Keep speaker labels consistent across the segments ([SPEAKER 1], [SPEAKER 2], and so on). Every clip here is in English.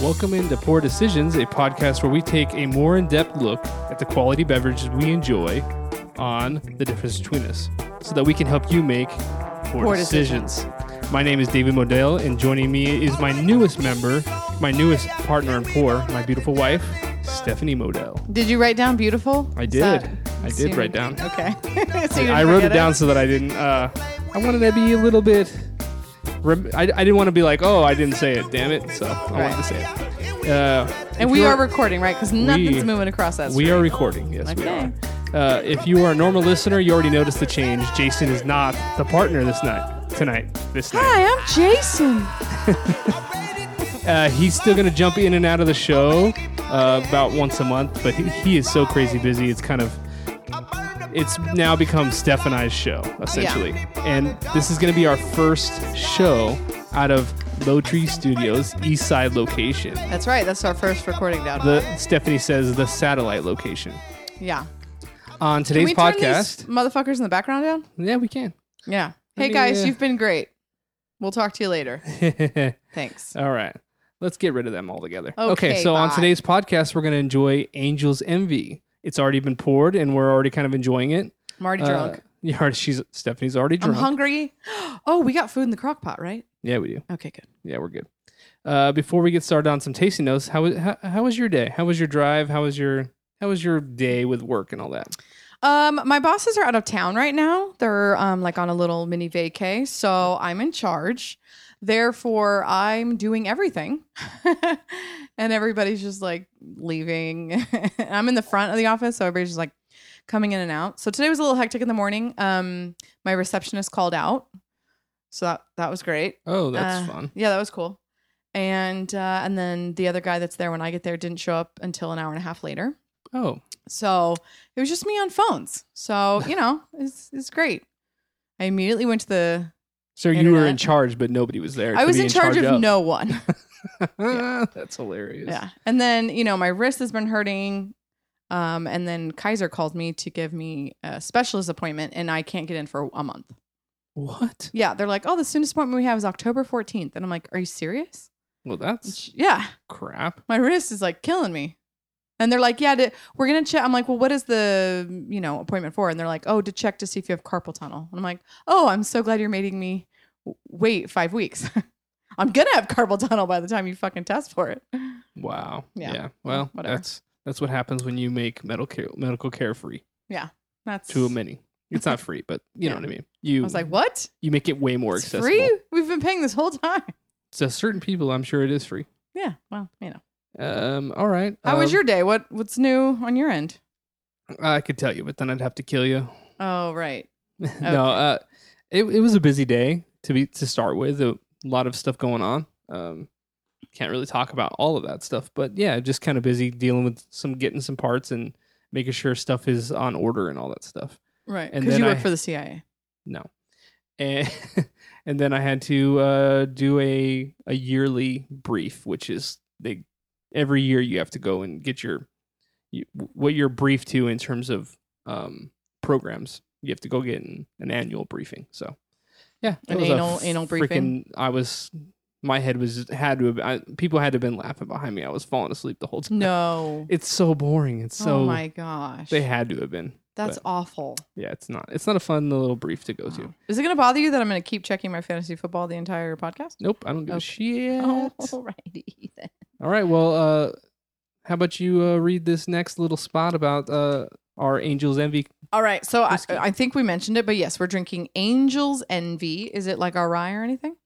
[SPEAKER 1] Welcome into Poor Decisions, a podcast where we take a more in depth look at the quality beverages we enjoy on the difference between us so that we can help you make poor,
[SPEAKER 2] Poor
[SPEAKER 1] decisions. My name is David Modell, and joining me is my newest member, my newest partner in Poor, my beautiful wife, Stephanie Modell.
[SPEAKER 2] Did you write down beautiful?
[SPEAKER 1] I
[SPEAKER 2] Is
[SPEAKER 1] did.
[SPEAKER 2] that-
[SPEAKER 1] I did
[SPEAKER 2] so you-
[SPEAKER 1] write down.
[SPEAKER 2] Okay. So you didn't
[SPEAKER 1] I wrote
[SPEAKER 2] forget
[SPEAKER 1] it down so that I didn't. Uh, I wanted to be a little bit. Rem- I, I didn't want to be like, oh, I didn't say it, damn it. So I wanted
[SPEAKER 2] Right.
[SPEAKER 1] to say it. Uh,
[SPEAKER 2] And
[SPEAKER 1] if
[SPEAKER 2] we
[SPEAKER 1] you
[SPEAKER 2] are recording, right? Because nothing's moving across that.
[SPEAKER 1] We are recording. Yes, we
[SPEAKER 2] Okay.
[SPEAKER 1] are. Uh, if you are a normal listener, you already noticed the change. Jason is not the partner this night. Tonight, this night,
[SPEAKER 2] Hi, I'm Jason.
[SPEAKER 1] uh, he's still gonna jump in and out of the show uh, about once a month, but he, he is so crazy busy. It's kind of it's now become Steph and I's show
[SPEAKER 2] Oh,
[SPEAKER 1] essentially, and this is gonna be our first show out of Low Tree Studios East Side location.
[SPEAKER 2] That's right. That's our first recording down.
[SPEAKER 1] The Stephanie says the satellite location.
[SPEAKER 2] yeah.
[SPEAKER 1] On
[SPEAKER 2] Can
[SPEAKER 1] today's
[SPEAKER 2] we turn
[SPEAKER 1] podcast,
[SPEAKER 2] these motherfuckers in the background down?
[SPEAKER 1] yeah, we can.
[SPEAKER 2] Yeah.
[SPEAKER 1] Let
[SPEAKER 2] Hey
[SPEAKER 1] me,
[SPEAKER 2] guys,
[SPEAKER 1] uh,
[SPEAKER 2] you've been great. We'll talk to you later. Thanks.
[SPEAKER 1] All right. Let's get rid of them altogether.
[SPEAKER 2] Okay,
[SPEAKER 1] so on
[SPEAKER 2] bye.
[SPEAKER 1] today's podcast, we're going to enjoy Angel's Envy. It's already been poured and we're already kind of enjoying it.
[SPEAKER 2] I'm already
[SPEAKER 1] Uh,
[SPEAKER 2] drunk.
[SPEAKER 1] you already- she's, Stephanie's already
[SPEAKER 2] I'm
[SPEAKER 1] drunk.
[SPEAKER 2] hungry. Oh, we got food in the crock pot, right?
[SPEAKER 1] Yeah, we do.
[SPEAKER 2] Okay, good.
[SPEAKER 1] Yeah, we're good. Uh, before we get started on some tasting notes, how, was- how how was your day? How was your drive? How was your how was your day with work and all that?
[SPEAKER 2] Um, my bosses are out of town right now. They're um like on a little mini vacay, so I'm in charge. Therefore, I'm doing everything, and everybody's just like leaving. I'm in the front of the office, so everybody's just like coming in and out. So today was a little hectic in the morning. Um, my receptionist called out, so that that was great.
[SPEAKER 1] Oh, that's
[SPEAKER 2] Uh,
[SPEAKER 1] fun.
[SPEAKER 2] Yeah, that was cool. And uh, and then the other guy that's there when I get there didn't show up until an hour and a half later.
[SPEAKER 1] Oh,
[SPEAKER 2] So it was just me on phones. So, you know, it's it's great. I immediately went to the
[SPEAKER 1] so you were in
[SPEAKER 2] Internet.
[SPEAKER 1] charge, but nobody was there.
[SPEAKER 2] I
[SPEAKER 1] to
[SPEAKER 2] was
[SPEAKER 1] be
[SPEAKER 2] in, charge, of, no one.
[SPEAKER 1] that's hilarious.
[SPEAKER 2] yeah. And then, you know, my wrist has been hurting. Um, and then Kaiser called me to give me a specialist appointment and I can't get in for a month.
[SPEAKER 1] What?
[SPEAKER 2] Yeah, they're like, "Oh, the soonest appointment we have is October 14th." And I'm like, "Are you serious?"
[SPEAKER 1] Well, that's
[SPEAKER 2] Yeah.
[SPEAKER 1] crap.
[SPEAKER 2] my wrist is like killing me. And they're like, yeah, to, we're gonna check. I'm like, well, what is the you know appointment for? And they're like, oh, to check to see if you have carpal tunnel. And I'm like, oh, I'm so glad you're making me w- wait five weeks. I'm gonna have carpal tunnel by the time you fucking test for it.
[SPEAKER 1] Wow. Yeah.
[SPEAKER 2] Yeah.
[SPEAKER 1] Well,
[SPEAKER 2] whatever.
[SPEAKER 1] that's that's what happens when you make medical care, medical care free
[SPEAKER 2] That's
[SPEAKER 1] to many. It's not free, but you know
[SPEAKER 2] Yeah.
[SPEAKER 1] what I mean. You
[SPEAKER 2] I was like, what?
[SPEAKER 1] you make it way more
[SPEAKER 2] It's
[SPEAKER 1] accessible.
[SPEAKER 2] free? We've been paying this whole time.
[SPEAKER 1] To certain people, I'm sure it is free.
[SPEAKER 2] Yeah. Well, you know.
[SPEAKER 1] Um. All right.
[SPEAKER 2] How was
[SPEAKER 1] um,
[SPEAKER 2] your day? What What's new on your end?
[SPEAKER 1] I could tell you, but then I'd have to kill you.
[SPEAKER 2] Oh, right.
[SPEAKER 1] no. Uh. It it was a busy day to be to start with. A lot of stuff going on. Um. Can't really talk about all of that stuff, but yeah, just kind of busy dealing with some getting some parts and making sure stuff is on order and all that stuff.
[SPEAKER 2] Right.
[SPEAKER 1] and
[SPEAKER 2] Because
[SPEAKER 1] then
[SPEAKER 2] you work
[SPEAKER 1] I-
[SPEAKER 2] for the CIA.
[SPEAKER 1] No. And and then I had to uh, do a a yearly brief, which is they every year you have to go and get your you, what you're briefed to in terms of um, programs. You have to go get an, an annual briefing. So yeah, it
[SPEAKER 2] An
[SPEAKER 1] was a
[SPEAKER 2] anal- anal briefing?
[SPEAKER 1] freaking- I was my head was had to have, I, people had to have been laughing behind me. I was falling asleep the whole time.
[SPEAKER 2] No.
[SPEAKER 1] It's so boring. It's so
[SPEAKER 2] oh my gosh.
[SPEAKER 1] they had to have been.
[SPEAKER 2] That's
[SPEAKER 1] but-
[SPEAKER 2] awful.
[SPEAKER 1] Yeah, it's not. It's not a fun little brief to go to.
[SPEAKER 2] Wow. Is it going to bother you that I'm going to keep checking my fantasy football the entire podcast?
[SPEAKER 1] Nope, I don't give
[SPEAKER 2] Okay. Oh.
[SPEAKER 1] a shit.
[SPEAKER 2] Alrighty then.
[SPEAKER 1] All right. Well, uh, how about you uh, read this next little spot about uh, our Angels Envy?
[SPEAKER 2] All right. So I,
[SPEAKER 1] Whiskey.
[SPEAKER 2] I think we mentioned it, but yes, we're drinking Angel's Envy. Is it like our rye or anything?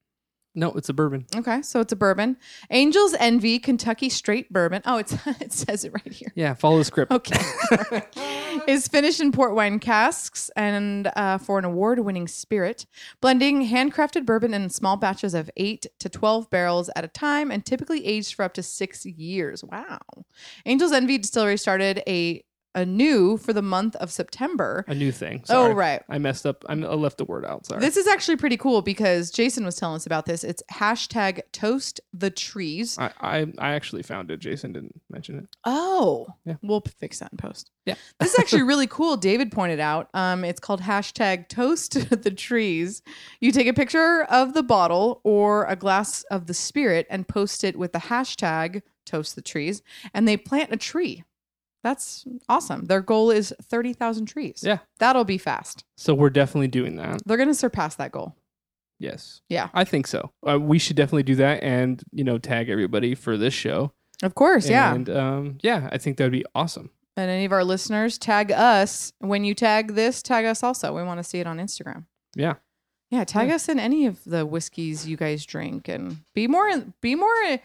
[SPEAKER 1] No, it's a bourbon.
[SPEAKER 2] Okay. So it's a bourbon. Angel's Envy, Kentucky straight bourbon. Oh, it's, it says it right here.
[SPEAKER 1] Yeah, follow the script.
[SPEAKER 2] Okay. Oh. is finished in port wine casks and uh, for an award winning spirit, blending handcrafted bourbon in small batches of 8 to 12 barrels at a time and typically aged for up to six years. Wow. Angel's Envy Distillery started a anew for the month of September.
[SPEAKER 1] A new thing. Sorry.
[SPEAKER 2] Oh, right.
[SPEAKER 1] I messed up. I'm, I left the word out. Sorry.
[SPEAKER 2] This is actually pretty cool because Jason was telling us about this. It's hashtag toast the trees.
[SPEAKER 1] I, I I actually found it. Jason didn't mention it.
[SPEAKER 2] Oh,
[SPEAKER 1] Yeah.
[SPEAKER 2] we'll p- fix that in post.
[SPEAKER 1] Yeah.
[SPEAKER 2] this is actually really cool. David pointed out. Um, it's called hashtag toast the trees. You take a picture of the bottle or a glass of the spirit and post it with the hashtag toast the trees, and they plant a tree. That's awesome. Their goal is thirty thousand trees.
[SPEAKER 1] Yeah.
[SPEAKER 2] that'll be fast.
[SPEAKER 1] So we're definitely doing that.
[SPEAKER 2] They're gonna surpass that goal.
[SPEAKER 1] Yes.
[SPEAKER 2] Yeah.
[SPEAKER 1] I think so. Uh, we should definitely do that and, you know, tag everybody for this show.
[SPEAKER 2] Of course, yeah.
[SPEAKER 1] And um, yeah, I think that would be awesome.
[SPEAKER 2] And any of our listeners, tag us. When you tag this, tag us also. We want to see it on Instagram.
[SPEAKER 1] Yeah.
[SPEAKER 2] Yeah, tag
[SPEAKER 1] Yeah.
[SPEAKER 2] us in any of the whiskeys you guys drink and be more be more uh,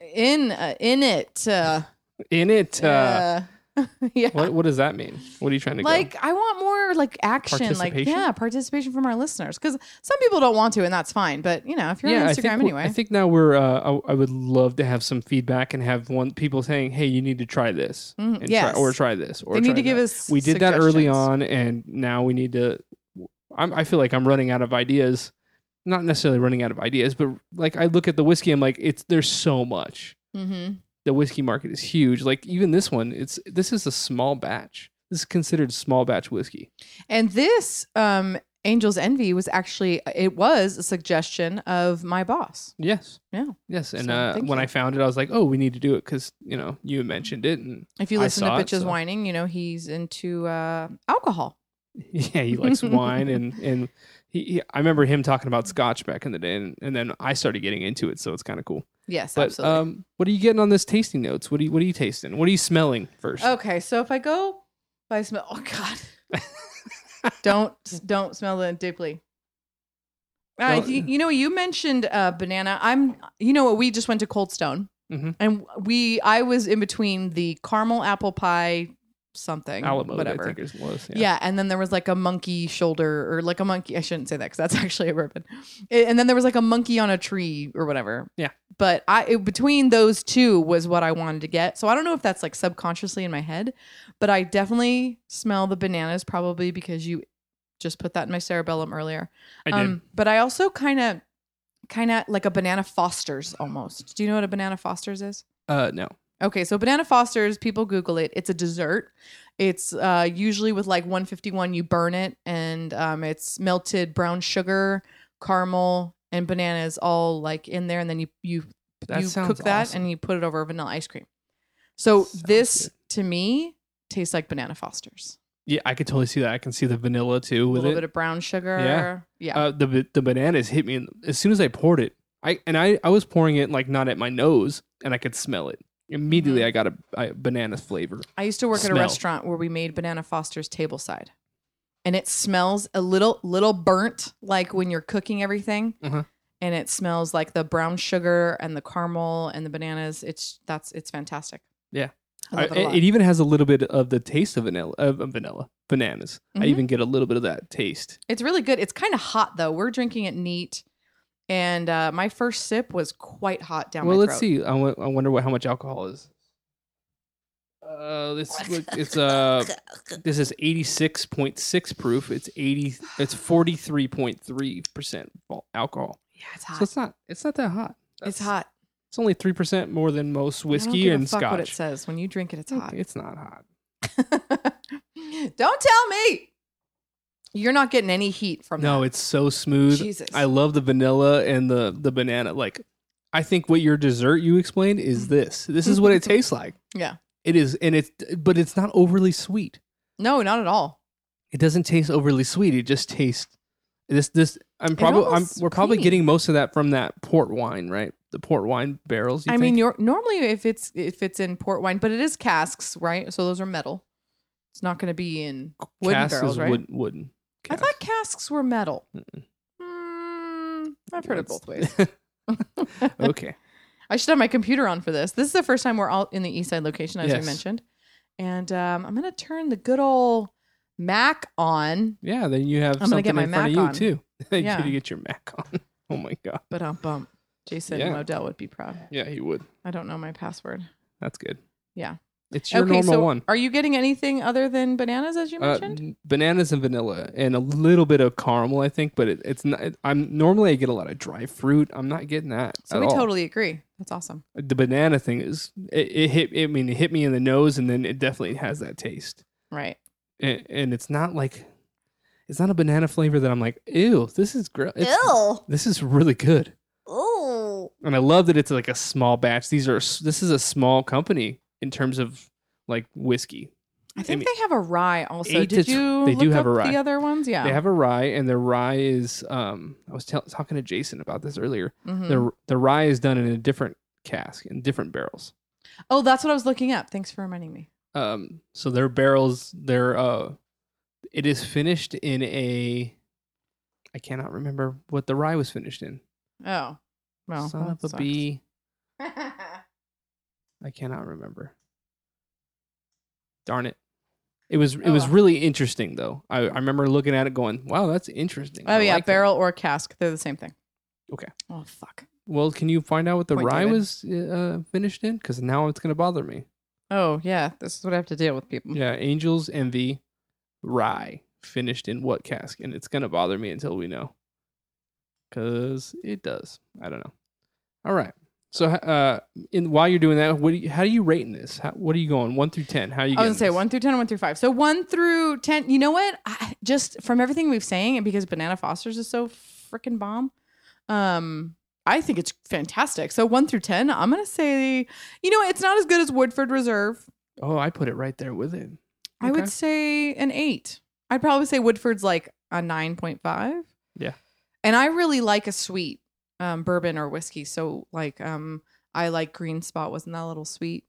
[SPEAKER 2] in uh, in it. Uh,
[SPEAKER 1] In it. Uh,
[SPEAKER 2] uh, yeah.
[SPEAKER 1] What What does that mean? What are you trying to
[SPEAKER 2] Like I want more like action, like
[SPEAKER 1] Participation?
[SPEAKER 2] yeah, participation from our listeners because some people don't want to, and that's fine. But you know, if
[SPEAKER 1] go?
[SPEAKER 2] you're on
[SPEAKER 1] I think
[SPEAKER 2] Instagram
[SPEAKER 1] we-
[SPEAKER 2] anyway,
[SPEAKER 1] I think now we're. Uh, I, I would love to have some feedback and have one people saying, "Hey, you need to try this,
[SPEAKER 2] Mhm,
[SPEAKER 1] and
[SPEAKER 2] yes.
[SPEAKER 1] try, or try this, or
[SPEAKER 2] they need
[SPEAKER 1] try
[SPEAKER 2] to give
[SPEAKER 1] that."
[SPEAKER 2] us.
[SPEAKER 1] We did that early
[SPEAKER 2] suggestions.
[SPEAKER 1] on, and now we need to. I'm, I feel like I'm running out of ideas. Not necessarily running out of ideas, but like I look at the whiskey, I'm like, it's there's so much.
[SPEAKER 2] Mhm.
[SPEAKER 1] the whiskey market is huge. Like even this one, it's this is a small batch. This is considered small batch whiskey.
[SPEAKER 2] And this um Angel's Envy was actually it was a suggestion of my boss.
[SPEAKER 1] Yes.
[SPEAKER 2] Yeah.
[SPEAKER 1] Yes. And
[SPEAKER 2] So,
[SPEAKER 1] uh,
[SPEAKER 2] thank
[SPEAKER 1] when
[SPEAKER 2] you.
[SPEAKER 1] I found it, I was like, oh, we need to do it because you know you mentioned it, and
[SPEAKER 2] If you
[SPEAKER 1] I
[SPEAKER 2] listen to
[SPEAKER 1] saw it,
[SPEAKER 2] Bitches
[SPEAKER 1] so-
[SPEAKER 2] Whining, you know he's into uh alcohol.
[SPEAKER 1] yeah, he likes wine, and and he, he I remember him talking about Scotch back in the day, and, and then I started getting into it, so it's kind of cool.
[SPEAKER 2] Yes,
[SPEAKER 1] But
[SPEAKER 2] absolutely.
[SPEAKER 1] um, what are you getting on this tasting notes? What are you what are you tasting? What are you smelling first?
[SPEAKER 2] okay, so if I go by smell, oh god, don't don't smell it deeply. Uh,
[SPEAKER 1] Don't-
[SPEAKER 2] you, you know, you mentioned uh, banana. I'm, you know what? We just went to Cold Stone,
[SPEAKER 1] Mhm.
[SPEAKER 2] and we I was in between the caramel apple pie something,
[SPEAKER 1] Alamo,
[SPEAKER 2] whatever.
[SPEAKER 1] I think it was.
[SPEAKER 2] Yeah. and then there was like a monkey shoulder or like a monkey. I shouldn't say that because that's actually a bourbon. A- And then there was like a monkey on a tree or whatever.
[SPEAKER 1] Yeah.
[SPEAKER 2] But I it, between those two was what I wanted to get. So I don't know if that's like subconsciously in my head, but I definitely smell the bananas probably because you just put that in my cerebellum earlier. Um,
[SPEAKER 1] I did.
[SPEAKER 2] but I also kind of, kind of like a banana Foster's almost. Do you know what a banana Foster's is?
[SPEAKER 1] uh, no.
[SPEAKER 2] Okay, so banana fosters, people Google it. It's a dessert. It's uh, usually with like 151, you burn it, and um, it's melted brown sugar, caramel, and bananas all like in there, and then you you
[SPEAKER 1] That
[SPEAKER 2] you
[SPEAKER 1] sounds
[SPEAKER 2] cook that
[SPEAKER 1] awesome.
[SPEAKER 2] and you put it over vanilla ice cream. So
[SPEAKER 1] Sounds
[SPEAKER 2] this
[SPEAKER 1] good.
[SPEAKER 2] to me tastes like banana fosters.
[SPEAKER 1] Yeah, I could totally see that. I can see the vanilla too
[SPEAKER 2] A
[SPEAKER 1] with
[SPEAKER 2] little
[SPEAKER 1] it.
[SPEAKER 2] bit of brown sugar.
[SPEAKER 1] Yeah.
[SPEAKER 2] Yeah.
[SPEAKER 1] Uh, the ba- the bananas hit me in, as soon as I poured it. I and I I was pouring it like not at my nose, and I could smell it
[SPEAKER 2] Mm-hmm.
[SPEAKER 1] immediately. I got a, a banana flavor.
[SPEAKER 2] I used to work at a
[SPEAKER 1] Smell.
[SPEAKER 2] restaurant where we made banana fosters tableside. And it smells a little little burnt like when you're cooking everything.
[SPEAKER 1] Uh-huh.
[SPEAKER 2] And it smells like the brown sugar and the caramel and the bananas. It's that's it's fantastic.
[SPEAKER 1] Yeah.
[SPEAKER 2] I love
[SPEAKER 1] I-
[SPEAKER 2] it a lot.
[SPEAKER 1] it, even has a little bit of the taste of vanilla of of vanilla bananas.
[SPEAKER 2] Mhm.
[SPEAKER 1] I even get a little bit of that taste.
[SPEAKER 2] It's really good. It's kind of hot though. We're drinking it neat. And uh, my first sip was quite hot down
[SPEAKER 1] well,
[SPEAKER 2] my
[SPEAKER 1] let's
[SPEAKER 2] throat.
[SPEAKER 1] see. I wa- I wonder what how much alcohol is. Uh, this look, it's uh this is eighty six point six proof. It's eighty. It's forty three point three percent alcohol.
[SPEAKER 2] Yeah, it's
[SPEAKER 1] So
[SPEAKER 2] hot.
[SPEAKER 1] it's not it's not that hot.
[SPEAKER 2] It's
[SPEAKER 1] That's-
[SPEAKER 2] hot.
[SPEAKER 1] It's only three percent more than most
[SPEAKER 2] I don't
[SPEAKER 1] whiskey
[SPEAKER 2] give
[SPEAKER 1] and
[SPEAKER 2] a fuck
[SPEAKER 1] scotch.
[SPEAKER 2] what it says. When you drink it, it's hot.
[SPEAKER 1] It's not hot.
[SPEAKER 2] Don't tell me. You're not getting any heat from
[SPEAKER 1] No,
[SPEAKER 2] that.
[SPEAKER 1] it's so smooth.
[SPEAKER 2] Jesus.
[SPEAKER 1] I love the vanilla and the the banana. Like, I think what your dessert you explained is this. This is what it tastes like.
[SPEAKER 2] Mm-hmm. Yeah.
[SPEAKER 1] it is, and it's but it's not overly sweet.
[SPEAKER 2] No, not at all.
[SPEAKER 1] It doesn't taste overly sweet. It just tastes this this. I'm probably I'm,
[SPEAKER 2] almost
[SPEAKER 1] we're probably
[SPEAKER 2] creamy.
[SPEAKER 1] getting most of that from that port wine, right? The port wine barrels. You
[SPEAKER 2] I
[SPEAKER 1] think?
[SPEAKER 2] mean, you're, normally if it's if it's in port wine, but it is casks, right? So those are metal. It's not going to be in wooden
[SPEAKER 1] Cask
[SPEAKER 2] barrels,
[SPEAKER 1] is
[SPEAKER 2] right?
[SPEAKER 1] wood- wooden.
[SPEAKER 2] I
[SPEAKER 1] cask.
[SPEAKER 2] thought casks were metal.
[SPEAKER 1] Mm-mm.
[SPEAKER 2] Mm, I've heard it
[SPEAKER 1] That's-
[SPEAKER 2] both ways.
[SPEAKER 1] okay.
[SPEAKER 2] I should have my computer on for this. This is the first time we're all in the East Side location, as we
[SPEAKER 1] Yes.
[SPEAKER 2] mentioned, and um, I'm going to turn the good old Mac on.
[SPEAKER 1] Yeah, then you have
[SPEAKER 2] I'm gonna
[SPEAKER 1] something
[SPEAKER 2] get my
[SPEAKER 1] in front
[SPEAKER 2] Mac on.
[SPEAKER 1] of you too.
[SPEAKER 2] Yeah.
[SPEAKER 1] you get your Mac on. Oh my god.
[SPEAKER 2] But um, bump. Jason
[SPEAKER 1] Yeah.
[SPEAKER 2] Modell would be proud.
[SPEAKER 1] Yeah, he would.
[SPEAKER 2] I don't know my password.
[SPEAKER 1] That's good.
[SPEAKER 2] Yeah.
[SPEAKER 1] It's your normal
[SPEAKER 2] so
[SPEAKER 1] one.
[SPEAKER 2] are you getting anything other than bananas as you
[SPEAKER 1] Uh,
[SPEAKER 2] mentioned?
[SPEAKER 1] bananas and vanilla and a little bit of caramel, I think, but it, it's not. I'm normally I get a lot of dry fruit. I'm not getting that.
[SPEAKER 2] so
[SPEAKER 1] at
[SPEAKER 2] we
[SPEAKER 1] all.
[SPEAKER 2] totally agree. That's awesome.
[SPEAKER 1] the banana thing is it, it hit. I mean, it hit me in the nose, and then it definitely has that taste.
[SPEAKER 2] Right.
[SPEAKER 1] And, and it's not like it's not a banana flavor that I'm like, ew, this is gross.
[SPEAKER 2] Ew.
[SPEAKER 1] This is really good,
[SPEAKER 2] Ooh.
[SPEAKER 1] and I love that it's like a small batch. These are s- this is a small company in terms of like whiskey.
[SPEAKER 2] I think
[SPEAKER 1] mean,
[SPEAKER 2] they have a rye also.
[SPEAKER 1] eight to
[SPEAKER 2] Did
[SPEAKER 1] tw-
[SPEAKER 2] you
[SPEAKER 1] they do
[SPEAKER 2] look
[SPEAKER 1] have a
[SPEAKER 2] up
[SPEAKER 1] rye.
[SPEAKER 2] the other ones? Yeah.
[SPEAKER 1] They have a rye, and their rye is. Um, I was tell talking to Jason about this earlier.
[SPEAKER 2] Mhm.
[SPEAKER 1] The the rye is done in a different cask in different barrels.
[SPEAKER 2] oh, that's what I was looking up. Thanks for reminding me.
[SPEAKER 1] Um, so their barrels, their uh, it is finished in a. I cannot remember what the rye was finished in.
[SPEAKER 2] Oh. Well,
[SPEAKER 1] Son of
[SPEAKER 2] that
[SPEAKER 1] a
[SPEAKER 2] sucks. Oh,
[SPEAKER 1] bee. I cannot remember. Darn it. It was it
[SPEAKER 2] Oh,
[SPEAKER 1] was
[SPEAKER 2] well.
[SPEAKER 1] really interesting though. I, I remember looking at it going, wow, that's interesting.
[SPEAKER 2] Oh
[SPEAKER 1] I
[SPEAKER 2] yeah,
[SPEAKER 1] like that."
[SPEAKER 2] barrel or cask, they're the same thing.
[SPEAKER 1] Okay.
[SPEAKER 2] Oh fuck.
[SPEAKER 1] Well, can you find out what the
[SPEAKER 2] Point
[SPEAKER 1] rye
[SPEAKER 2] taken.
[SPEAKER 1] was uh, finished in? Because now it's going to bother me.
[SPEAKER 2] Oh yeah, this is what I have to deal with people.
[SPEAKER 1] Yeah, Angels Envy Rye finished in what cask? And it's going to bother me until we know. Because it does. I don't know. All right. So, uh, in while you're doing that, what do you, how do you rate in this? How, what are you going one through ten? How are you?
[SPEAKER 2] I
[SPEAKER 1] going
[SPEAKER 2] was gonna say one through ten, one through five. So one through ten. You know what? I, just from everything we've saying, and because Banana Foster's is so freaking bomb, um, I think it's fantastic. So one through ten, I'm gonna say, you know, what? it's not as good as Woodford Reserve.
[SPEAKER 1] Oh, I put it right there with it.
[SPEAKER 2] I
[SPEAKER 1] Okay.
[SPEAKER 2] would say an eight. I'd probably say Woodford's like a nine point five.
[SPEAKER 1] Yeah.
[SPEAKER 2] And I really like a sweet um, bourbon or whiskey. So like um I like Green Spot. Wasn't that a little sweet?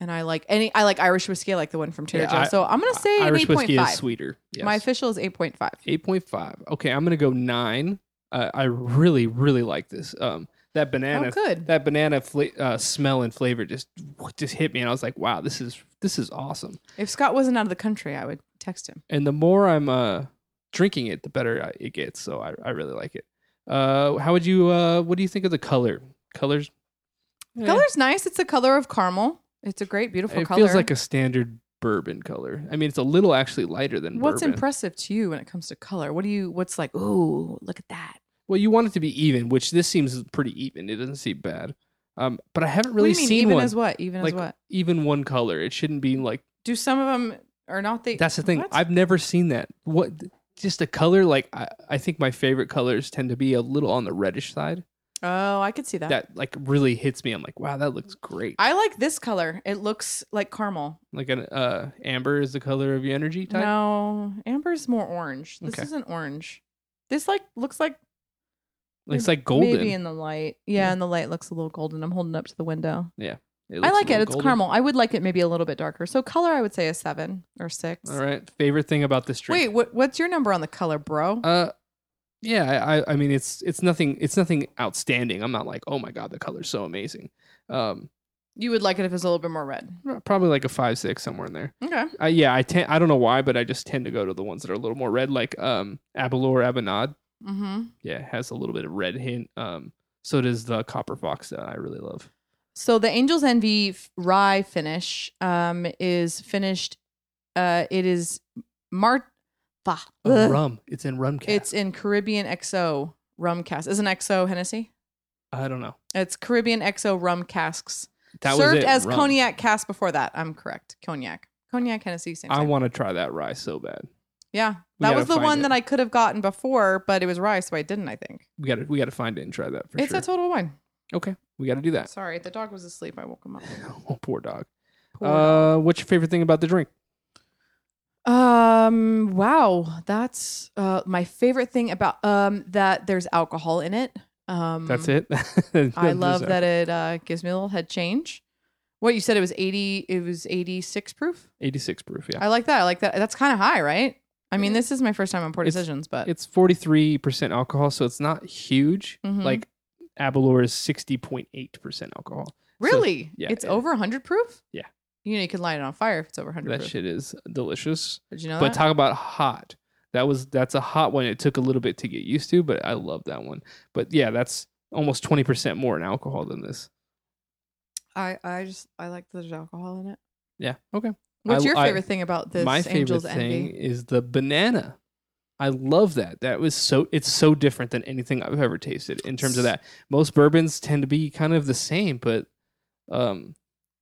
[SPEAKER 2] And I like any I like Irish whiskey. I like the one from Trader
[SPEAKER 1] Yeah, I-
[SPEAKER 2] Joe's. So I'm gonna say an
[SPEAKER 1] Irish
[SPEAKER 2] eight point
[SPEAKER 1] whiskey
[SPEAKER 2] five.
[SPEAKER 1] is sweeter. Yes.
[SPEAKER 2] My official is eight point five.
[SPEAKER 1] 8.5. Okay, I'm going to go 9. Uh, I really really like this. Um that banana
[SPEAKER 2] Oh, good.
[SPEAKER 1] that banana fla- uh, smell and flavor just just hit me and I was like, "Wow, this is this is awesome."
[SPEAKER 2] If Scott wasn't out of the country, I would text him.
[SPEAKER 1] And the more I'm uh drinking it, the better I- it gets, so I I really like it. Uh how would you uh what do you think of the color? Colors Eh,
[SPEAKER 2] Color's nice. It's the color of caramel. It's a great, beautiful
[SPEAKER 1] It
[SPEAKER 2] color.
[SPEAKER 1] feels like a standard bourbon color. I mean, it's a little actually lighter than
[SPEAKER 2] What's
[SPEAKER 1] bourbon.
[SPEAKER 2] impressive to you when it comes to color? What do you? What's like? Ooh, look at that.
[SPEAKER 1] Well, you want it to be even, which this seems pretty even. It doesn't seem bad. Um, but I haven't
[SPEAKER 2] What do
[SPEAKER 1] really
[SPEAKER 2] you mean,
[SPEAKER 1] seen
[SPEAKER 2] even
[SPEAKER 1] one
[SPEAKER 2] as what? Even
[SPEAKER 1] like
[SPEAKER 2] as what?
[SPEAKER 1] even one color. It shouldn't be like
[SPEAKER 2] Do some of them are not the?
[SPEAKER 1] that's the thing.
[SPEAKER 2] What?
[SPEAKER 1] I've never seen that. What just a color like I, I think my favorite colors tend to be a little on the reddish side.
[SPEAKER 2] oh, I could see that.
[SPEAKER 1] That like really hits me. I'm like, wow, that looks great.
[SPEAKER 2] I like this color. It looks like caramel.
[SPEAKER 1] like an uh, amber is the color of your energy type.
[SPEAKER 2] No, amber's more orange. This
[SPEAKER 1] Okay.
[SPEAKER 2] isn't orange. This like looks like
[SPEAKER 1] it's like golden.
[SPEAKER 2] maybe in the light. Yeah,
[SPEAKER 1] Yeah.
[SPEAKER 2] and the light looks a little golden. I'm holding up to the window. I
[SPEAKER 1] looks a
[SPEAKER 2] like it.
[SPEAKER 1] little
[SPEAKER 2] It's
[SPEAKER 1] golden.
[SPEAKER 2] caramel. I would like it maybe a little bit darker. So color, I would say a seven or six.
[SPEAKER 1] All right. Favorite thing about this drink.
[SPEAKER 2] Wait, what, what's your number on the color, bro?
[SPEAKER 1] Uh, yeah. I- I I mean it's it's nothing it's nothing outstanding. I'm not like oh my god the color's so amazing. Um,
[SPEAKER 2] you would like it if it was a little bit more red.
[SPEAKER 1] probably like a five six somewhere in there.
[SPEAKER 2] Okay.
[SPEAKER 1] Uh, yeah, I tend I don't know why, but I just tend to go to the ones that are a little more red, like um Abelor Abenad.
[SPEAKER 2] Mm-hmm.
[SPEAKER 1] Yeah, it has a little bit of red hint. Um, so does the Copper Fox that I really love.
[SPEAKER 2] So the Angel's Envy f- rye finish um, is finished. Uh, it is Mart. Bah,
[SPEAKER 1] Oh,
[SPEAKER 2] Ugh.
[SPEAKER 1] rum, it's in rum cask.
[SPEAKER 2] Uh, It's in Caribbean XO rum cask. Isn't XO Hennessy?
[SPEAKER 1] I don't know.
[SPEAKER 2] It's Caribbean XO rum casks.
[SPEAKER 1] That
[SPEAKER 2] served
[SPEAKER 1] was it,
[SPEAKER 2] as
[SPEAKER 1] rum.
[SPEAKER 2] cognac cask before that. I'm correct. Cognac. Cognac Hennessy. Same
[SPEAKER 1] I
[SPEAKER 2] thing.
[SPEAKER 1] want to try that rye so bad.
[SPEAKER 2] yeah,
[SPEAKER 1] We
[SPEAKER 2] that
[SPEAKER 1] gotta
[SPEAKER 2] was the
[SPEAKER 1] find
[SPEAKER 2] one
[SPEAKER 1] it.
[SPEAKER 2] that I could have gotten before, but it was rye, so I didn't. I think
[SPEAKER 1] We gotta we gotta find it and try that for
[SPEAKER 2] it's
[SPEAKER 1] sure.
[SPEAKER 2] a total one.
[SPEAKER 1] okay, we gotta do that.
[SPEAKER 2] Sorry, the dog was asleep. I woke him up.
[SPEAKER 1] Oh, poor dog.
[SPEAKER 2] Poor
[SPEAKER 1] uh, what's your favorite thing about the drink?
[SPEAKER 2] Um wow, that's uh my favorite thing about um that there's alcohol in it. Um
[SPEAKER 1] That's it.
[SPEAKER 2] I love that it uh gives me a little head change. What you said it was 80 it was 86 proof?
[SPEAKER 1] Eighty six proof. Yeah,
[SPEAKER 2] I like that. I like that. That's kind of high, right? I mean, this is my first time on poor
[SPEAKER 1] Mm-hmm. It's-
[SPEAKER 2] decisions, but
[SPEAKER 1] it's forty three percent alcohol, so it's not huge.
[SPEAKER 2] Mhm.
[SPEAKER 1] Like Abelor is sixty point eight percent alcohol.
[SPEAKER 2] really,
[SPEAKER 1] yeah,
[SPEAKER 2] it's
[SPEAKER 1] yeah.
[SPEAKER 2] over 100 proof?
[SPEAKER 1] Yeah.
[SPEAKER 2] You know, you can light it on fire if it's over 100
[SPEAKER 1] That
[SPEAKER 2] proof.
[SPEAKER 1] shit is delicious.
[SPEAKER 2] Did you know
[SPEAKER 1] But
[SPEAKER 2] that?
[SPEAKER 1] talk about hot. That was that's a hot one. It took a little bit to get used to, but I love that one. But yeah, that's almost twenty percent more in alcohol than this.
[SPEAKER 2] I I just I like that there's alcohol in it.
[SPEAKER 1] Yeah. Okay.
[SPEAKER 2] What's
[SPEAKER 1] I-
[SPEAKER 2] your
[SPEAKER 1] I-
[SPEAKER 2] favorite thing about this
[SPEAKER 1] My favorite
[SPEAKER 2] Angel's
[SPEAKER 1] thing
[SPEAKER 2] Envy?
[SPEAKER 1] is the banana. I love that. That was so. It's so different than anything I've ever tasted in terms of that. Most bourbons tend to be kind of the same, but um,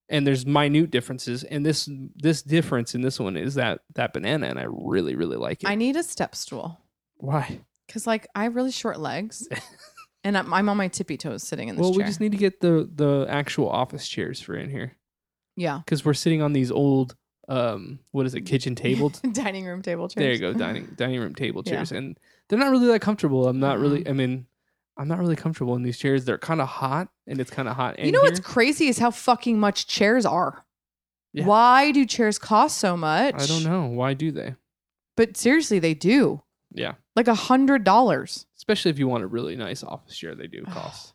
[SPEAKER 1] and there's minute differences. And this this difference in this one is that that banana, and I really really like it.
[SPEAKER 2] I need a step stool
[SPEAKER 1] Why?
[SPEAKER 2] because, like, I have really short legs, and I'm, I'm on my tippy toes sitting in this
[SPEAKER 1] Well,
[SPEAKER 2] chair.
[SPEAKER 1] we just need to get the the actual office chairs for in here
[SPEAKER 2] yeah,
[SPEAKER 1] because we're sitting on these old um what is it kitchen table
[SPEAKER 2] dining room table chairs.
[SPEAKER 1] There you go, dining dining room table
[SPEAKER 2] Yeah. Mm-hmm.
[SPEAKER 1] chairs, and they're not really that comfortable. I'm not really. I mean, I'm not really comfortable in these chairs. They're kind of hot, and it's kind of hot.
[SPEAKER 2] You
[SPEAKER 1] in
[SPEAKER 2] know what's
[SPEAKER 1] here.
[SPEAKER 2] crazy is how fucking much chairs are.
[SPEAKER 1] Yeah.
[SPEAKER 2] Why do chairs cost so much?
[SPEAKER 1] I don't know why do they?
[SPEAKER 2] But seriously, they do.
[SPEAKER 1] Yeah,
[SPEAKER 2] Like a hundred dollars.
[SPEAKER 1] especially if you want a really nice office chair, they do cost.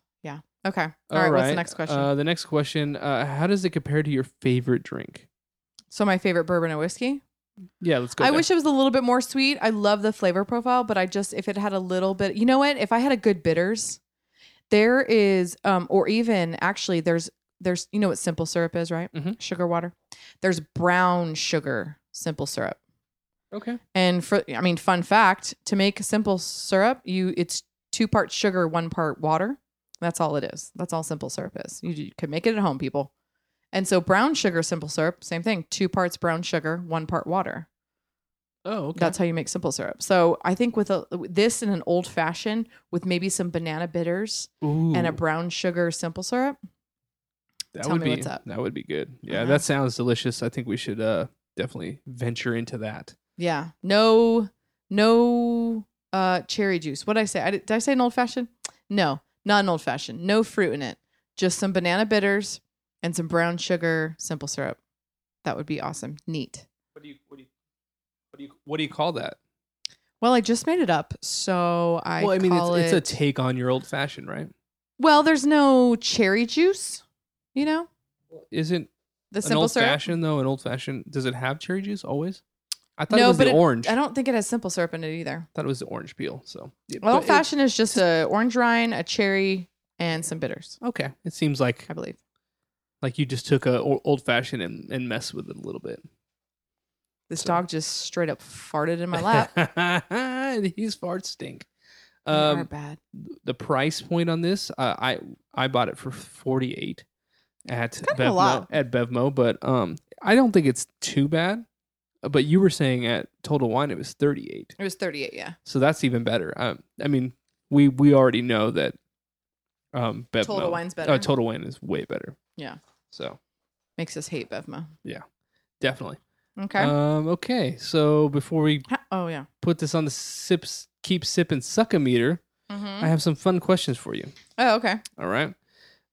[SPEAKER 2] Okay. All right, What's the next question?
[SPEAKER 1] Uh, the next question: uh, How does it compare to your favorite drink?
[SPEAKER 2] so my favorite bourbon and whiskey.
[SPEAKER 1] Yeah, let's go.
[SPEAKER 2] I
[SPEAKER 1] there.
[SPEAKER 2] wish it was a little bit more sweet. I love the flavor profile, but I just if it had a little bit, you know what? If I had a good bitters, there is, um, or even actually, there's there's you know what simple syrup is, right?
[SPEAKER 1] Mhm.
[SPEAKER 2] Sugar water. There's brown sugar simple syrup.
[SPEAKER 1] Okay.
[SPEAKER 2] And for I mean, fun fact: to make simple syrup, you it's two parts sugar, one part water. That's all it is. That's all simple syrup is. You, you can make it at home, people. And so brown sugar simple syrup, same thing. Two parts brown sugar, one part water.
[SPEAKER 1] Oh, okay.
[SPEAKER 2] That's how you make simple syrup. So I think with a this and an old fashioned with maybe some banana bitters
[SPEAKER 1] Ooh,
[SPEAKER 2] and a brown sugar simple syrup.
[SPEAKER 1] that
[SPEAKER 2] tell
[SPEAKER 1] would
[SPEAKER 2] me
[SPEAKER 1] be
[SPEAKER 2] what's up.
[SPEAKER 1] that would be good. Yeah,
[SPEAKER 2] Uh-huh.
[SPEAKER 1] that sounds delicious. I think we should uh, definitely venture into that.
[SPEAKER 2] Yeah. No, no uh cherry juice. What did I say? I, did did I say an old fashioned? No, not an old fashioned. No fruit in it. Just some banana bitters and some brown sugar simple syrup. That would be awesome. Neat.
[SPEAKER 1] What do you what do you what do you what do you call that?
[SPEAKER 2] Well, I just made it up, so I.
[SPEAKER 1] well, I mean,
[SPEAKER 2] call
[SPEAKER 1] it's,
[SPEAKER 2] it,
[SPEAKER 1] it's a take on your old fashioned, right?
[SPEAKER 2] well. There's no cherry juice, you know.
[SPEAKER 1] Isn't
[SPEAKER 2] The
[SPEAKER 1] an
[SPEAKER 2] simple
[SPEAKER 1] old
[SPEAKER 2] syrup.
[SPEAKER 1] fashioned though? An old fashioned does it have cherry juice always? I thought it
[SPEAKER 2] No,
[SPEAKER 1] was
[SPEAKER 2] but
[SPEAKER 1] the
[SPEAKER 2] it-
[SPEAKER 1] orange.
[SPEAKER 2] I
[SPEAKER 1] I
[SPEAKER 2] don't think it has simple syrup in it either.
[SPEAKER 1] thought it was the orange peel. So Yeah,
[SPEAKER 2] Well,
[SPEAKER 1] but
[SPEAKER 2] old fashioned is just a orange rind, a cherry, and some bitters,
[SPEAKER 1] It, okay, it seems like
[SPEAKER 2] I believe.
[SPEAKER 1] like you just took a o- old fashioned and, and messed with it a little bit.
[SPEAKER 2] This
[SPEAKER 1] So-
[SPEAKER 2] dog just straight up farted in my lap.
[SPEAKER 1] These farts stink.
[SPEAKER 2] They are
[SPEAKER 1] Um,
[SPEAKER 2] bad.
[SPEAKER 1] the price point on this, uh, I I bought it for forty eight at
[SPEAKER 2] of a
[SPEAKER 1] Bevmo,
[SPEAKER 2] lot.
[SPEAKER 1] at Bevmo, but um, I don't think it's too bad. Uh, But you were saying at Total Wine it was thirty eight,
[SPEAKER 2] It was 38, yeah.
[SPEAKER 1] so that's even better. Um, I mean, we we already know that um, Bevmo,
[SPEAKER 2] Total Wine's better.
[SPEAKER 1] Uh, Total Wine is way better.
[SPEAKER 2] Yeah.
[SPEAKER 1] So
[SPEAKER 2] Makes us hate Bevmo.
[SPEAKER 1] definitely.
[SPEAKER 2] Okay.
[SPEAKER 1] Um. Okay. So before we
[SPEAKER 2] Ha- oh, yeah.
[SPEAKER 1] put this on the sips, keep sipping sucka meter,
[SPEAKER 2] Mhm.
[SPEAKER 1] I have some fun questions for you.
[SPEAKER 2] Oh, okay.
[SPEAKER 1] All right.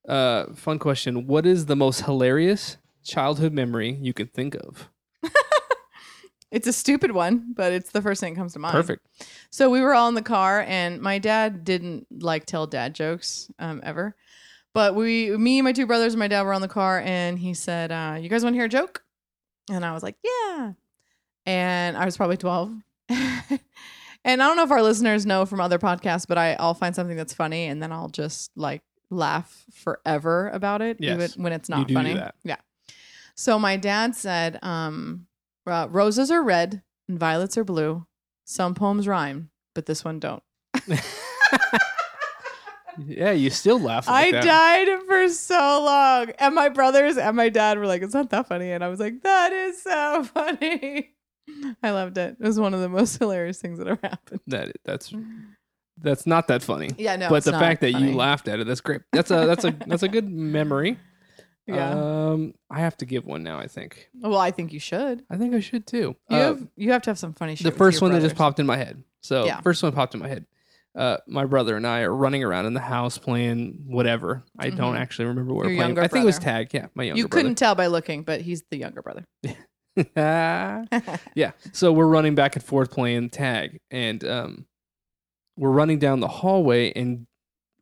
[SPEAKER 1] Uh, fun question. What is the most hilarious childhood memory you can think of?
[SPEAKER 2] It's a stupid one, but it's the first thing that comes to mind.
[SPEAKER 1] Perfect.
[SPEAKER 2] So we were all in the car, and my dad didn't like tell dad jokes um, ever. But we, me, my two brothers, and my dad were on the car, and he said, uh, "You guys want to hear a joke?" And I was like, "Yeah." And I was probably twelve. and I don't know if our listeners know from other podcasts, but I, I'll find something that's funny, and then I'll just like laugh forever about it,
[SPEAKER 1] Yes.
[SPEAKER 2] even when it's
[SPEAKER 1] You
[SPEAKER 2] not
[SPEAKER 1] do do
[SPEAKER 2] funny.
[SPEAKER 1] that.
[SPEAKER 2] Yeah. So my dad said, um, uh, "Roses are red and violets are blue." Some poems rhyme, but this one don't.
[SPEAKER 1] Yeah, you still laugh.
[SPEAKER 2] I
[SPEAKER 1] Like that.
[SPEAKER 2] died for so long. And my brothers and my dad were like, it's not that funny. And I was like, that is so funny. I loved it. It was one of the most hilarious things that ever happened.
[SPEAKER 1] That that's that's not that funny.
[SPEAKER 2] Yeah, no.
[SPEAKER 1] but
[SPEAKER 2] it's
[SPEAKER 1] the
[SPEAKER 2] not
[SPEAKER 1] fact that
[SPEAKER 2] funny.
[SPEAKER 1] you laughed at it, that's great. That's a that's a that's a good memory.
[SPEAKER 2] Yeah.
[SPEAKER 1] Um, I have to give one now. I think.
[SPEAKER 2] well, I think you should.
[SPEAKER 1] I think I should too.
[SPEAKER 2] You,
[SPEAKER 1] Uh,
[SPEAKER 2] have, you have to have some funny shit.
[SPEAKER 1] the
[SPEAKER 2] with
[SPEAKER 1] first
[SPEAKER 2] your
[SPEAKER 1] one that just
[SPEAKER 2] brothers.
[SPEAKER 1] popped in my head. So
[SPEAKER 2] Yeah.
[SPEAKER 1] first one popped in my head. Uh, my brother and I are running around in the house playing whatever. I don't
[SPEAKER 2] Mhm.
[SPEAKER 1] actually remember what
[SPEAKER 2] Your
[SPEAKER 1] we're playing.
[SPEAKER 2] younger
[SPEAKER 1] I think it was
[SPEAKER 2] brother.
[SPEAKER 1] tag. Yeah, my younger
[SPEAKER 2] You
[SPEAKER 1] brother.
[SPEAKER 2] couldn't tell by looking, but he's the younger brother. Mm-hmm.
[SPEAKER 1] yeah. So we're running back and forth playing tag, and um, we're running down the hallway, and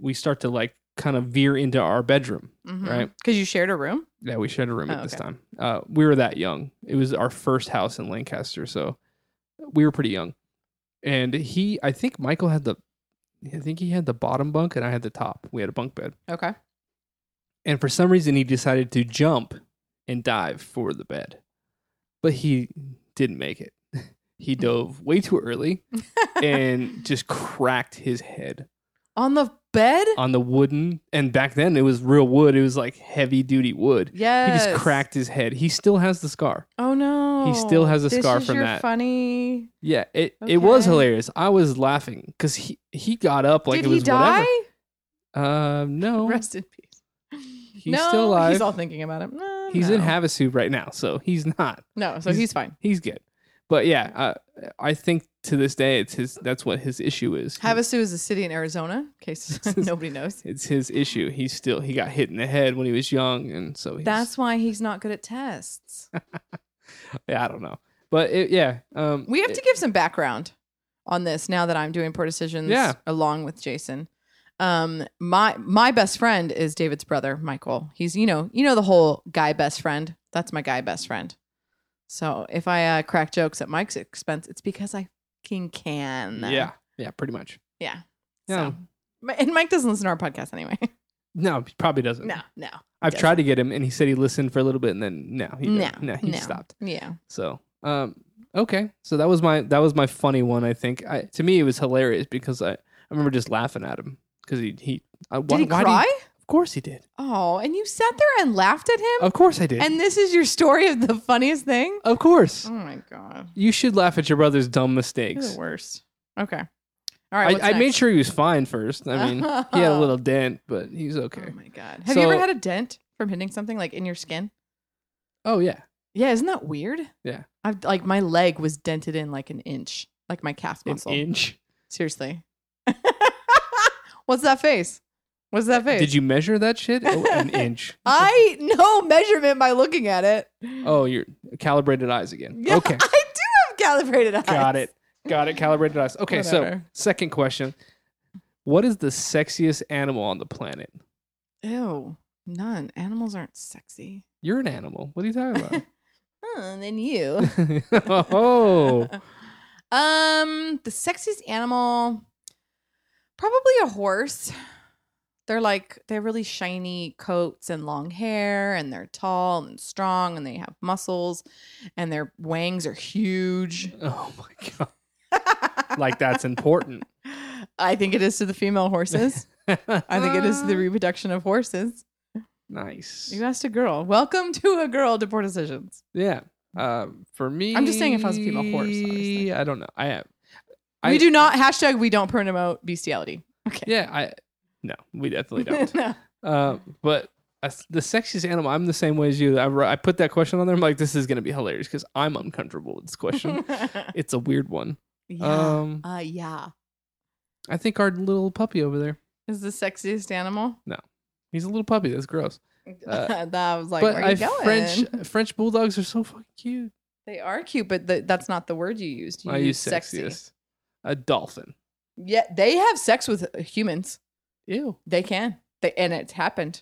[SPEAKER 1] we start to like kind of veer into our bedroom. Right.
[SPEAKER 2] Because you shared a room.
[SPEAKER 1] Yeah, we shared a room
[SPEAKER 2] Oh,
[SPEAKER 1] at this
[SPEAKER 2] okay.
[SPEAKER 1] time. Uh, we were that young. It was our first house in Lancaster, so we were pretty young. And he, I think Michael had the, I think he had the bottom bunk, and I had the top. We had a bunk bed,
[SPEAKER 2] Okay.
[SPEAKER 1] and for some reason he decided to jump and dive for the bed. But he didn't make it. He dove way too early and just cracked his head
[SPEAKER 2] On the bed?
[SPEAKER 1] on the wooden. And back then it was real wood, it was like heavy duty wood.
[SPEAKER 2] Yes.
[SPEAKER 1] He just cracked his head. He still has the scar.
[SPEAKER 2] Oh no.
[SPEAKER 1] still has a
[SPEAKER 2] This
[SPEAKER 1] scar
[SPEAKER 2] is
[SPEAKER 1] from
[SPEAKER 2] your
[SPEAKER 1] that.
[SPEAKER 2] Funny.
[SPEAKER 1] Yeah, it, it was
[SPEAKER 2] Okay.
[SPEAKER 1] hilarious. I was laughing because he, he got up like
[SPEAKER 2] Did
[SPEAKER 1] it
[SPEAKER 2] he
[SPEAKER 1] was
[SPEAKER 2] die?
[SPEAKER 1] whatever. Um, no,
[SPEAKER 2] Rest in peace.
[SPEAKER 1] He's
[SPEAKER 2] no,
[SPEAKER 1] still alive.
[SPEAKER 2] He's all thinking about him. No,
[SPEAKER 1] he's
[SPEAKER 2] no.
[SPEAKER 1] in Havasu right now, so he's not.
[SPEAKER 2] No, so
[SPEAKER 1] he's-
[SPEAKER 2] he's, fine.
[SPEAKER 1] He's good. But yeah, uh, I think to this day it's his. That's what his issue is.
[SPEAKER 2] Havasu is a city in Arizona, in case nobody knows.
[SPEAKER 1] it's his issue. He's still he got hit in the head when he was young, and so he's,
[SPEAKER 2] That's why he's not good at tests.
[SPEAKER 1] yeah, I don't know. But it, yeah, um,
[SPEAKER 2] We have to
[SPEAKER 1] it-
[SPEAKER 2] give some background on this now that I'm doing poor decisions
[SPEAKER 1] Yeah.
[SPEAKER 2] along with Jason. Um, my my best friend is David's brother, Michael. He's you know you know the whole guy best friend. That's my guy best friend. So if I uh, crack jokes at Mike's expense, it's because I fucking can.
[SPEAKER 1] yeah, yeah, pretty much.
[SPEAKER 2] yeah,
[SPEAKER 1] Yeah.
[SPEAKER 2] So- Mi- and Mike doesn't listen to our podcast anyway.
[SPEAKER 1] No, he probably doesn't.
[SPEAKER 2] no, no,
[SPEAKER 1] I've
[SPEAKER 2] doesn't.
[SPEAKER 1] tried to get him, and he said he listened for a little bit, and then no, he
[SPEAKER 2] no,
[SPEAKER 1] didn't. no, he
[SPEAKER 2] no.
[SPEAKER 1] stopped.
[SPEAKER 2] Yeah,
[SPEAKER 1] So, um, okay. So that was my that was my funny one. I think I, to me it was hilarious because I, I remember just laughing at him because he he I,
[SPEAKER 2] did he cry?
[SPEAKER 1] of course he did.
[SPEAKER 2] oh, and you sat there and laughed at him.
[SPEAKER 1] Of course I did.
[SPEAKER 2] And this is your story of the funniest thing.
[SPEAKER 1] of course
[SPEAKER 2] Oh my god.
[SPEAKER 1] you should laugh at your brother's dumb
[SPEAKER 2] You're
[SPEAKER 1] mistakes.
[SPEAKER 2] the worst. Okay. All right.
[SPEAKER 1] I, I made sure he was fine first. I mean, he had a little dent, but he's okay.
[SPEAKER 2] Oh my god. Have you
[SPEAKER 1] So-
[SPEAKER 2] ever had a dent from hitting something like in your skin?
[SPEAKER 1] Oh yeah,
[SPEAKER 2] Yeah, isn't that weird?
[SPEAKER 1] Yeah.
[SPEAKER 2] I've like my leg was dented in like an inch, like my calf
[SPEAKER 1] an
[SPEAKER 2] muscle.
[SPEAKER 1] inch.
[SPEAKER 2] Seriously. What's that face? What's that face?
[SPEAKER 1] Did you measure that shit? Oh, an inch.
[SPEAKER 2] I know measurement by looking at it.
[SPEAKER 1] Oh, you're calibrated eyes again.
[SPEAKER 2] Yeah,
[SPEAKER 1] Okay,
[SPEAKER 2] I do have calibrated eyes.
[SPEAKER 1] got it. Got it. Calibrated eyes. Okay, so
[SPEAKER 2] Whatever.
[SPEAKER 1] Second question. What is the sexiest animal on the planet?
[SPEAKER 2] Ew. None. Animals aren't sexy.
[SPEAKER 1] You're an animal. What are you talking
[SPEAKER 2] Huh, And then you.
[SPEAKER 1] about? oh,
[SPEAKER 2] um, the sexiest animal, probably a horse. They're like they have really shiny coats and long hair, and they're tall and strong, and they have muscles, and their wangs are huge.
[SPEAKER 1] oh my god! Like that's important.
[SPEAKER 2] I think it is to the female horses. I think it is to the reproduction of horses.
[SPEAKER 1] nice.
[SPEAKER 2] Uh. You asked a girl. Welcome to a girl to poor decisions.
[SPEAKER 1] yeah. Um, for me,
[SPEAKER 2] I'm just saying if I was a female horse, I was thinking.
[SPEAKER 1] I don't know. I uh, have.
[SPEAKER 2] we
[SPEAKER 1] I-
[SPEAKER 2] do not hashtag. We don't promote bestiality. Okay.
[SPEAKER 1] Yeah. I. No, we definitely don't.
[SPEAKER 2] no.
[SPEAKER 1] Uh, but I, the sexiest animal. I'm the same way as you. I, wr- I put that question on there. I'm like, this is gonna be hilarious because I'm uncomfortable with this question. it's a weird one.
[SPEAKER 2] yeah.
[SPEAKER 1] Um,
[SPEAKER 2] uh, yeah.
[SPEAKER 1] I think our little puppy over there.
[SPEAKER 2] Is the sexiest animal?
[SPEAKER 1] He's a little puppy. That's gross. Uh,
[SPEAKER 2] that I was like,
[SPEAKER 1] but
[SPEAKER 2] where are
[SPEAKER 1] I,
[SPEAKER 2] you going?
[SPEAKER 1] French French bulldogs are so fucking cute.
[SPEAKER 2] They are cute, but th- that's not the word you used. You
[SPEAKER 1] I use
[SPEAKER 2] used
[SPEAKER 1] sexiest. A dolphin.
[SPEAKER 2] Yeah, they have sex with uh, humans.
[SPEAKER 1] Ew.
[SPEAKER 2] They can. They and it's happened.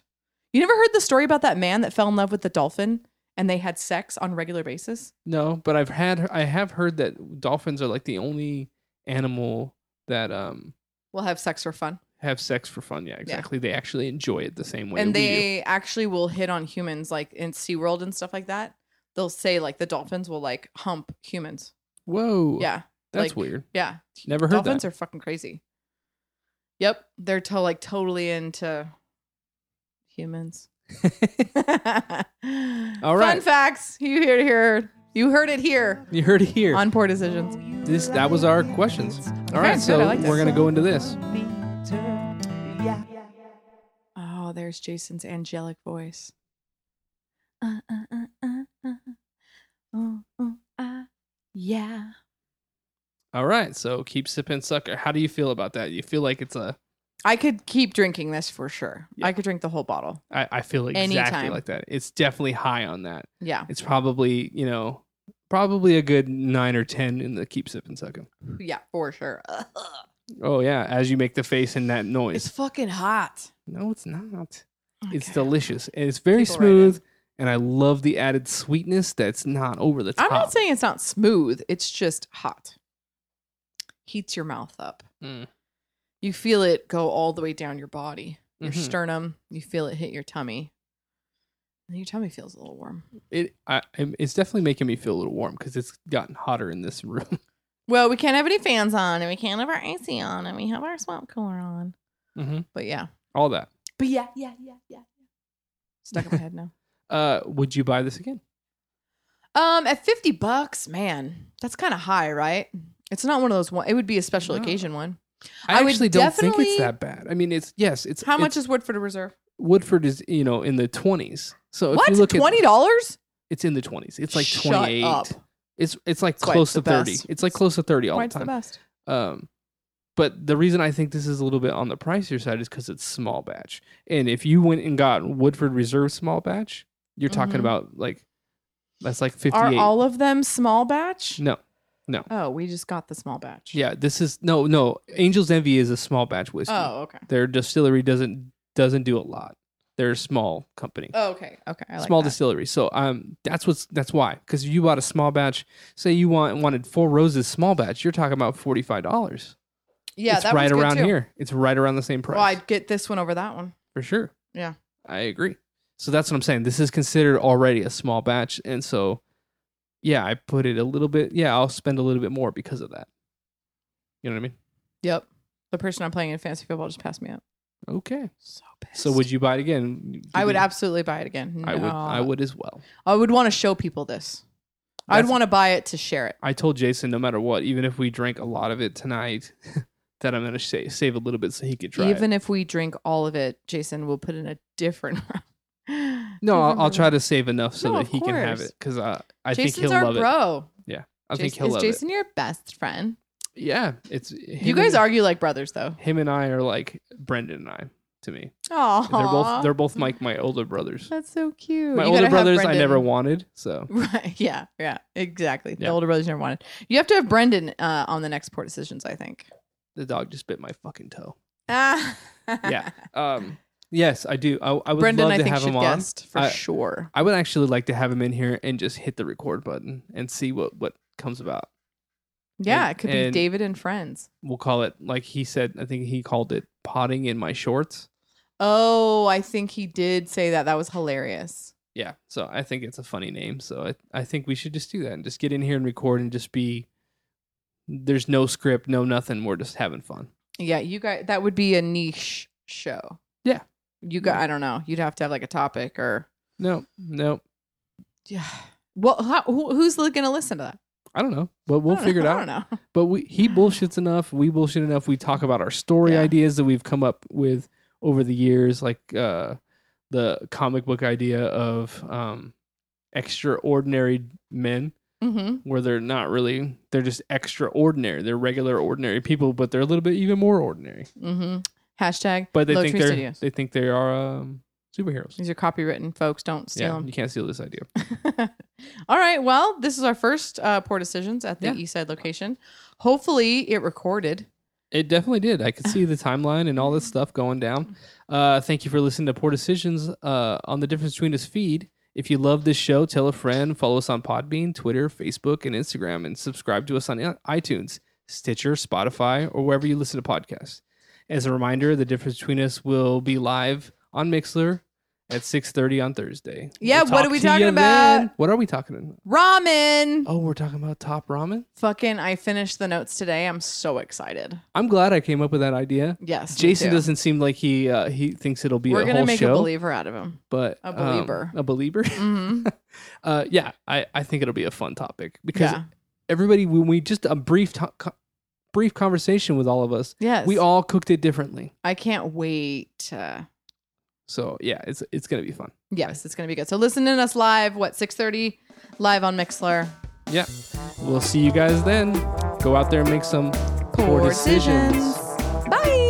[SPEAKER 2] You never heard the story about that man that fell in love with the dolphin and they had sex on a regular basis?
[SPEAKER 1] No, but I've had I have heard that dolphins are like the only animal that um
[SPEAKER 2] We'll have sex for fun.
[SPEAKER 1] have sex for fun. Yeah, exactly. They actually enjoy it the same way. we
[SPEAKER 2] and
[SPEAKER 1] do.
[SPEAKER 2] they actually will hit on humans like in SeaWorld and stuff like that. They'll say like the dolphins will like hump humans.
[SPEAKER 1] Whoa.
[SPEAKER 2] Yeah.
[SPEAKER 1] That's
[SPEAKER 2] like-
[SPEAKER 1] weird.
[SPEAKER 2] Yeah.
[SPEAKER 1] Never heard
[SPEAKER 2] Dolphins
[SPEAKER 1] that.
[SPEAKER 2] are fucking crazy. Yep, they're to like totally into humans. All Fun
[SPEAKER 1] right.
[SPEAKER 2] facts. You hear it here. You heard it here
[SPEAKER 1] you heard it here.
[SPEAKER 2] on poor decisions.
[SPEAKER 1] this that was our questions. All right,
[SPEAKER 2] good,
[SPEAKER 1] so
[SPEAKER 2] I like that.
[SPEAKER 1] we're gonna go into this.
[SPEAKER 2] Oh, there's Jason's angelic voice. Uh, uh, uh, uh, uh. Oh, oh, ah, yeah.
[SPEAKER 1] All right, so keep sipping, sucker. How do you feel about that? You feel like it's a
[SPEAKER 2] I could keep drinking this for sure.
[SPEAKER 1] Yeah.
[SPEAKER 2] I could drink the whole bottle.
[SPEAKER 1] I, I feel exactly
[SPEAKER 2] Anytime.
[SPEAKER 1] like that. It's definitely high on that.
[SPEAKER 2] Yeah.
[SPEAKER 1] It's probably, you know, probably a good nine or 10 in the keep sipping second.
[SPEAKER 2] Yeah, for sure. Ugh.
[SPEAKER 1] Oh, yeah. As you make the face and that noise.
[SPEAKER 2] It's fucking hot.
[SPEAKER 1] no, it's not. It's
[SPEAKER 2] Okay.
[SPEAKER 1] delicious. And it's very
[SPEAKER 2] People write in.
[SPEAKER 1] smooth. And I love the added sweetness that's not over the top.
[SPEAKER 2] I'm not saying it's not smooth. It's just hot. Heats your mouth up.
[SPEAKER 1] Mm.
[SPEAKER 2] You feel it go all the way down your body, your
[SPEAKER 1] Mhm.
[SPEAKER 2] sternum. You feel it hit your tummy. Your tummy feels a little warm.
[SPEAKER 1] It I, I'm- it's definitely making me feel a little warm because it's gotten hotter in this room.
[SPEAKER 2] Well, we can't have any fans on, and we can't have our AC on, and we have our swamp cooler on.
[SPEAKER 1] mm-hmm.
[SPEAKER 2] But yeah,
[SPEAKER 1] All that.
[SPEAKER 2] but yeah, yeah, yeah, yeah. Stuck in my head now.
[SPEAKER 1] Uh, would you buy this again?
[SPEAKER 2] Um, at fifty bucks, man, that's kind of high, right? It's not one of those one. It would be a special
[SPEAKER 1] No.
[SPEAKER 2] occasion one.
[SPEAKER 1] I,
[SPEAKER 2] I would
[SPEAKER 1] actually don't think
[SPEAKER 2] definitely-
[SPEAKER 1] it's that bad. I mean, it's yes, it's
[SPEAKER 2] How much
[SPEAKER 1] it's-
[SPEAKER 2] is Woodford Reserve?
[SPEAKER 1] Woodford is you know in the twenties. So if you
[SPEAKER 2] What?
[SPEAKER 1] look at
[SPEAKER 2] Twenty dollars?
[SPEAKER 1] it's in the twenties. It's like
[SPEAKER 2] Shut
[SPEAKER 1] twenty
[SPEAKER 2] up.
[SPEAKER 1] eight. It's it's like
[SPEAKER 2] Quite
[SPEAKER 1] close
[SPEAKER 2] the
[SPEAKER 1] to thirty.
[SPEAKER 2] best.
[SPEAKER 1] It's like close to thirty all
[SPEAKER 2] White's
[SPEAKER 1] the
[SPEAKER 2] the
[SPEAKER 1] time.
[SPEAKER 2] best.
[SPEAKER 1] um, but the reason I think this is a little bit on the pricier side is because it's small batch. And if you went and got Woodford Reserve small batch, you're talking
[SPEAKER 2] Mhm.
[SPEAKER 1] about like that's like fifty
[SPEAKER 2] Are
[SPEAKER 1] eight.
[SPEAKER 2] all of them small batch?
[SPEAKER 1] no,
[SPEAKER 2] Oh, we just got the small batch.
[SPEAKER 1] yeah, this is no no. Angel's Envy is a small batch whiskey.
[SPEAKER 2] Oh, okay.
[SPEAKER 1] Their distillery doesn't doesn't do a lot. They're a small company.
[SPEAKER 2] Oh, okay. Okay. I like
[SPEAKER 1] small
[SPEAKER 2] that.
[SPEAKER 1] distillery. So um, that's what's that's why because you bought a small batch. Say you want wanted four roses small batch. You're talking about forty five dollars.
[SPEAKER 2] yeah,
[SPEAKER 1] it's
[SPEAKER 2] that
[SPEAKER 1] right
[SPEAKER 2] one's good
[SPEAKER 1] around
[SPEAKER 2] too.
[SPEAKER 1] here. It's right around the same price
[SPEAKER 2] Well, I'd get this one over that one.
[SPEAKER 1] for sure.
[SPEAKER 2] Yeah.
[SPEAKER 1] I agree. So that's what I'm saying. This is considered already a small batch, and so yeah, I put it a little bit. Yeah, I'll spend a little bit more because of that. You know what I mean?
[SPEAKER 2] Yep. The person I'm playing in fantasy football just passed me up.
[SPEAKER 1] Okay.
[SPEAKER 2] So pissed.
[SPEAKER 1] So would you buy it again?
[SPEAKER 2] I would absolutely buy it again.
[SPEAKER 1] I would. I
[SPEAKER 2] No.
[SPEAKER 1] would as well.
[SPEAKER 2] I would want to show people this. I'd
[SPEAKER 1] That's-
[SPEAKER 2] want to buy it to share it.
[SPEAKER 1] I told Jason no matter what, even if we drank a lot of it tonight, that I'm gonna sa- save a little bit so he could try. it.
[SPEAKER 2] Even if we drink all of it, Jason will put in a different.
[SPEAKER 1] No, I'll, I'll try to save enough so
[SPEAKER 2] No,
[SPEAKER 1] that
[SPEAKER 2] of
[SPEAKER 1] he can have
[SPEAKER 2] course.
[SPEAKER 1] it because I I
[SPEAKER 2] Jason's
[SPEAKER 1] think he'll
[SPEAKER 2] our
[SPEAKER 1] love it.
[SPEAKER 2] bro.
[SPEAKER 1] I think
[SPEAKER 2] Jason,
[SPEAKER 1] he'll
[SPEAKER 2] is
[SPEAKER 1] love
[SPEAKER 2] Jason your best friend?
[SPEAKER 1] it. Yeah, it's
[SPEAKER 2] you
[SPEAKER 1] him
[SPEAKER 2] guys
[SPEAKER 1] and-
[SPEAKER 2] argue like brothers, though.
[SPEAKER 1] him and I are like Brendan and I to me.
[SPEAKER 2] Oh,
[SPEAKER 1] They're both they're both like my older brothers.
[SPEAKER 2] That's so cute.
[SPEAKER 1] My
[SPEAKER 2] You gotta
[SPEAKER 1] older
[SPEAKER 2] have
[SPEAKER 1] brothers I
[SPEAKER 2] Brendan-
[SPEAKER 1] never wanted, so
[SPEAKER 2] Right. Yeah. Yeah. Exactly. The
[SPEAKER 1] Yeah.
[SPEAKER 2] older brothers never wanted. You have to have Brendan uh, on the next poor decisions, I think.
[SPEAKER 1] the dog just bit my fucking toe.
[SPEAKER 2] Ah.
[SPEAKER 1] Yeah. Um, yes, I do. I, I would
[SPEAKER 2] Brendan,
[SPEAKER 1] love
[SPEAKER 2] I
[SPEAKER 1] to
[SPEAKER 2] think
[SPEAKER 1] have
[SPEAKER 2] should
[SPEAKER 1] him on.
[SPEAKER 2] guest for
[SPEAKER 1] I-
[SPEAKER 2] sure.
[SPEAKER 1] I would actually like to have him in here and just hit the record button and see what what comes about.
[SPEAKER 2] Yeah,
[SPEAKER 1] and-
[SPEAKER 2] it could be
[SPEAKER 1] and-
[SPEAKER 2] David and friends.
[SPEAKER 1] We'll call it like he said. I think he called it potting in my shorts.
[SPEAKER 2] Oh, I think he did say that. That was hilarious.
[SPEAKER 1] Yeah, so I think it's a funny name. So I I think we should just do that and just get in here and record and just be. There's no script, no nothing. We're just having fun.
[SPEAKER 2] Yeah, you guys, that would be a niche show.
[SPEAKER 1] Yeah.
[SPEAKER 2] You got, I don't know. You'd have to have like a topic or,
[SPEAKER 1] No, no,
[SPEAKER 2] yeah. Well, how, who, who's going to listen to that?
[SPEAKER 1] I don't know, but we'll
[SPEAKER 2] I don't
[SPEAKER 1] figure it
[SPEAKER 2] know.
[SPEAKER 1] out.
[SPEAKER 2] I don't know.
[SPEAKER 1] But we he bullshits enough. We bullshit enough. We talk about our story
[SPEAKER 2] Yeah.
[SPEAKER 1] ideas that we've come up with over the years, like uh, the comic book idea of um, extraordinary men,
[SPEAKER 2] Mm-hmm.
[SPEAKER 1] where they're not really they're just extraordinary. They're regular ordinary people, but they're a little bit even more ordinary.
[SPEAKER 2] Mm-hmm. Hashtag
[SPEAKER 1] But they
[SPEAKER 2] Low
[SPEAKER 1] think
[SPEAKER 2] Tree
[SPEAKER 1] they're
[SPEAKER 2] Studios.
[SPEAKER 1] they think they are um, superheroes.
[SPEAKER 2] These are copywritten, folks. Don't
[SPEAKER 1] yeah,
[SPEAKER 2] steal
[SPEAKER 1] you can't steal this idea.
[SPEAKER 2] them. All right. Well, this is our first uh, poor decisions at the
[SPEAKER 1] Yeah.
[SPEAKER 2] East Side location. Hopefully, it recorded.
[SPEAKER 1] It definitely did. I could see the timeline and all this stuff going down. Uh, thank you for listening to Poor Decisions uh, on the Difference Between Us feed. If you love this show, tell a friend, follow us on Podbean, Twitter, Facebook, and Instagram, and subscribe to us on i- iTunes, Stitcher, Spotify, or wherever you listen to podcasts. As a reminder, The Difference Between Us will be live on Mixler at 6.30 on Thursday.
[SPEAKER 2] Yeah, what
[SPEAKER 1] talk
[SPEAKER 2] are we
[SPEAKER 1] to
[SPEAKER 2] talking
[SPEAKER 1] you
[SPEAKER 2] about?
[SPEAKER 1] then. What are we talking about?
[SPEAKER 2] Ramen.
[SPEAKER 1] Oh, we're talking about Top Ramen?
[SPEAKER 2] Fucking, I finished the notes today. I'm so excited.
[SPEAKER 1] I'm glad I came up with that idea.
[SPEAKER 2] Yes. me
[SPEAKER 1] Jason
[SPEAKER 2] too.
[SPEAKER 1] doesn't seem like he uh, he thinks it'll be
[SPEAKER 2] We're
[SPEAKER 1] a
[SPEAKER 2] gonna
[SPEAKER 1] whole
[SPEAKER 2] make
[SPEAKER 1] show,
[SPEAKER 2] a believer out of him.
[SPEAKER 1] but
[SPEAKER 2] a
[SPEAKER 1] um,
[SPEAKER 2] believer.
[SPEAKER 1] a believer.
[SPEAKER 2] hmm
[SPEAKER 1] Uh, yeah, I, I think it'll be a fun topic because
[SPEAKER 2] Yeah.
[SPEAKER 1] everybody when we just a brief to- co- brief conversation with all of us,
[SPEAKER 2] Yes.
[SPEAKER 1] we all cooked it differently.
[SPEAKER 2] I can't wait. Uh,
[SPEAKER 1] So yeah, it's it's gonna be fun.
[SPEAKER 2] yes, it's gonna be good. So listen to us live. What six thirty? Live on Mixler.
[SPEAKER 1] Yeah, we'll see you guys then. Go out there and make some poor,
[SPEAKER 2] Poor decisions. Bye.